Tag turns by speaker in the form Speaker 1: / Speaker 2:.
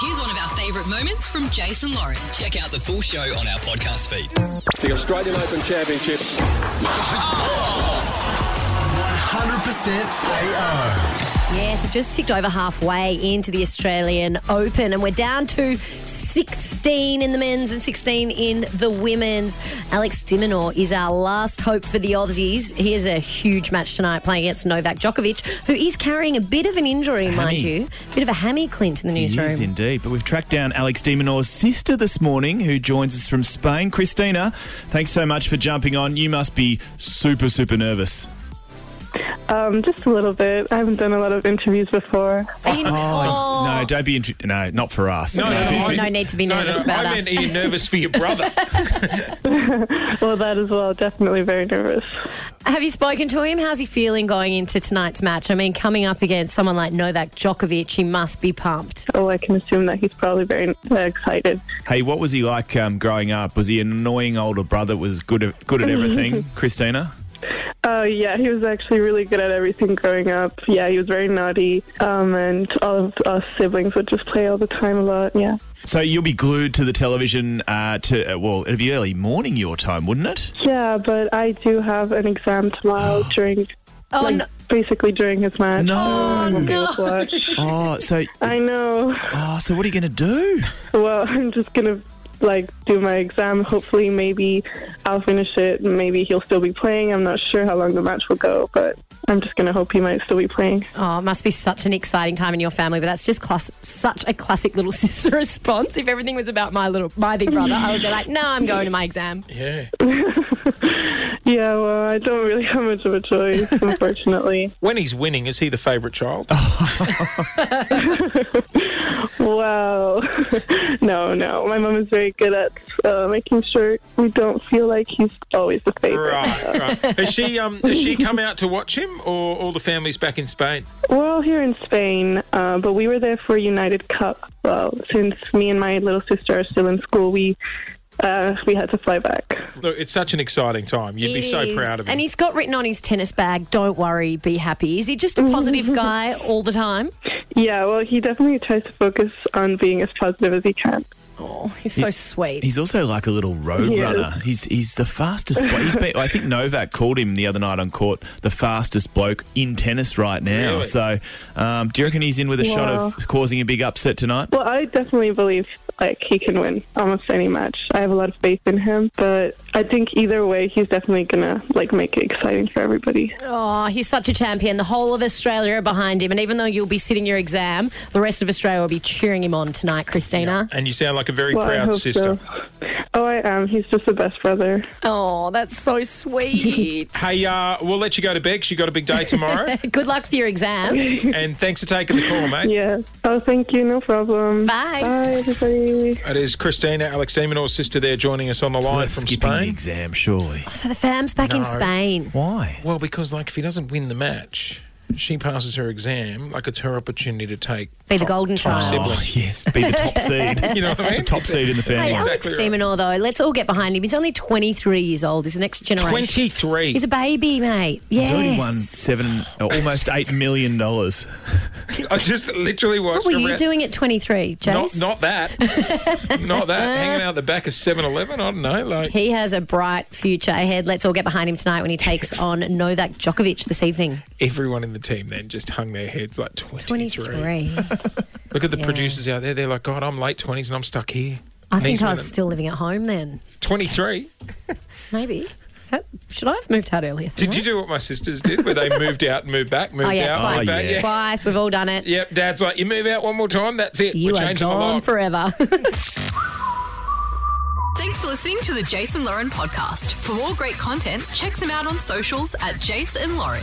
Speaker 1: Here's one of our favourite moments from Jason Lauren.
Speaker 2: Check out the full show on our podcast feed.
Speaker 3: The Australian Open Championships.
Speaker 4: 100% AO.
Speaker 5: Yes, we've just ticked over halfway into the Australian Open, and we're down to 16 in the men's and 16 in the women's. Alex Diminor is our last hope for the Aussies. He has a huge match tonight playing against Novak Djokovic, who is carrying a bit of an injury, mind
Speaker 6: Hammy.
Speaker 5: you. Bit of a hammy clint in the
Speaker 6: He
Speaker 5: newsroom.
Speaker 6: is indeed. But we've tracked down Alex Diminor's sister this morning, who joins us from Spain. Christina, thanks so much for jumping on. You must be super, super nervous.
Speaker 7: Um, just a little bit. I haven't done a lot of interviews before.
Speaker 5: Are you-
Speaker 6: Oh, No, don't be intri- No, not for us.
Speaker 5: Oh, no need to be nervous about
Speaker 8: I
Speaker 5: us.
Speaker 8: meant, are you nervous for your brother?
Speaker 7: Well, that as well. Definitely very nervous.
Speaker 5: Have you spoken to him? How's he feeling going into tonight's match? I mean, coming up against someone like Novak Djokovic, he must be pumped.
Speaker 7: Oh, I can assume that he's probably very uh, excited.
Speaker 6: Hey, what was he like um, growing up? Was he an annoying older brother? that Was good at, good at everything, Christina?
Speaker 7: Oh, yeah, he was actually really good at everything growing up. Yeah, he was very naughty. Um, and all of us siblings would just play all the time a lot. Yeah.
Speaker 6: So you'll be glued to the television. Uh, to uh, well, it'll be early morning your time, wouldn't it?
Speaker 7: Yeah, but I do have an exam tomorrow during.
Speaker 5: Oh,
Speaker 7: like,
Speaker 5: no.
Speaker 7: Basically during his match.
Speaker 6: No.
Speaker 7: I won't be able to watch.
Speaker 6: Oh, so
Speaker 7: I know.
Speaker 6: oh, so what are you going to do?
Speaker 7: Well, I'm just gonna like do my exam. Hopefully, maybe I'll finish it. Maybe he'll still be playing. I'm not sure how long the match will go, but I'm just gonna hope he might still be playing.
Speaker 5: Oh, it must be such an exciting time in your family, but that's just class- such a classic little sister response. If everything was about my little my big brother, I would be like, "No, I'm going to my exam."
Speaker 8: yeah.
Speaker 7: Yeah, well, I don't really have much of a choice, unfortunately.
Speaker 8: When he's winning, is he the favourite child?
Speaker 7: Wow. no, no, my mom is very good at uh, making sure we don't feel like he's always the favorite.
Speaker 8: right, right. Has she um has she come out to watch him, or all the family's back in Spain?
Speaker 7: We're all here in Spain, uh, but we were there for United Cup. Well, since me and my little sister are still in school, we uh, we had to fly back.
Speaker 8: Look, it's such an exciting time. You'd be
Speaker 5: It
Speaker 8: so
Speaker 5: is.
Speaker 8: proud of him.
Speaker 5: And he's got written on his tennis bag, "Don't worry, be happy." Is he just a positive guy all the time?
Speaker 7: Yeah, well, he definitely tries to focus on being as positive as he can.
Speaker 5: Oh, he's so sweet.
Speaker 6: He's also like a little road
Speaker 7: He is.
Speaker 6: runner. He's he's the fastest. Blo- he's been, I think Novak called him the other night on court the fastest bloke in tennis right now.
Speaker 8: Really?
Speaker 6: So, um, do you reckon he's in with a shot
Speaker 7: Wow.
Speaker 6: of causing a big upset tonight?
Speaker 7: Well, I definitely believe like he can win almost any match. I have a lot of faith in him, but I think either way, he's definitely gonna like make it exciting for everybody.
Speaker 5: Oh, he's such a champion. The whole of Australia are behind him, and even though you'll be sitting your exam, the rest of Australia will be cheering him on tonight, Christina.
Speaker 8: and you sound like a very
Speaker 7: Well, I
Speaker 8: proud
Speaker 7: hope
Speaker 8: sister.
Speaker 7: so. Oh, I am. He's just the best brother.
Speaker 5: Oh, that's so sweet.
Speaker 8: Hey, uh, we'll let you go to bed 'cause you got a big day tomorrow.
Speaker 5: Good luck with your exam.
Speaker 8: and thanks for taking the call, mate.
Speaker 7: Yeah. Oh, thank you. No problem.
Speaker 5: Bye.
Speaker 7: Bye, everybody.
Speaker 8: That is Christina, Alex Deminor's sister, there joining us on the line
Speaker 6: Worth
Speaker 8: from
Speaker 6: skipping the
Speaker 8: Spain.
Speaker 6: exam, surely.
Speaker 5: Oh, So the fam's back in
Speaker 8: No.
Speaker 5: Spain.
Speaker 6: Why?
Speaker 8: Well, because like if he doesn't win the match, she passes her exam. Like it's her opportunity to take
Speaker 5: Be the golden
Speaker 8: top
Speaker 5: child.
Speaker 8: sibling.
Speaker 6: Oh, yes, be the top seed.
Speaker 8: You know what I mean? oh,
Speaker 6: top seed in the family.
Speaker 5: Hey,
Speaker 8: Exactly
Speaker 5: Alex
Speaker 8: right.
Speaker 5: Demonor, though, let's all get behind him. He's only 23 years old. He's the next generation.
Speaker 8: Twenty-three.
Speaker 5: He's a baby, mate. Yes.
Speaker 6: He's already won seven, uh, almost eight million dollars.
Speaker 8: I just literally watched.
Speaker 5: What were
Speaker 8: a
Speaker 5: you
Speaker 8: rat-
Speaker 5: doing at 23,
Speaker 8: Not,
Speaker 5: Jace?
Speaker 8: not that. not that. Hanging out the back of 7 Eleven. I don't know. Like,
Speaker 5: He has a bright future ahead. Let's all get behind him tonight when he takes on Novak Djokovic this evening.
Speaker 8: everyone in the team then just hung their heads like 23.
Speaker 5: 23.
Speaker 8: Look at the
Speaker 5: Yeah.
Speaker 8: producers out there. They're like, God, I'm late 20s and I'm stuck here.
Speaker 5: I think
Speaker 8: These
Speaker 5: I was
Speaker 8: women-
Speaker 5: still living at home then.
Speaker 8: 23.
Speaker 5: Maybe. Is that- should I have moved out earlier?
Speaker 8: Did you do what my sisters did where they moved out, moved back, moved
Speaker 5: Oh, yeah,
Speaker 8: out,
Speaker 5: twice.
Speaker 8: moved back?
Speaker 6: yeah.
Speaker 5: Twice. We've all done it.
Speaker 8: Yep, Dad's like, you move out one more time, that's it.
Speaker 5: You
Speaker 8: We're
Speaker 5: are
Speaker 8: changing the
Speaker 5: gone
Speaker 8: locks."
Speaker 5: forever.
Speaker 1: Thanks for listening to the Jason Lauren podcast. For more great content, check them out on socials at Jason Lauren.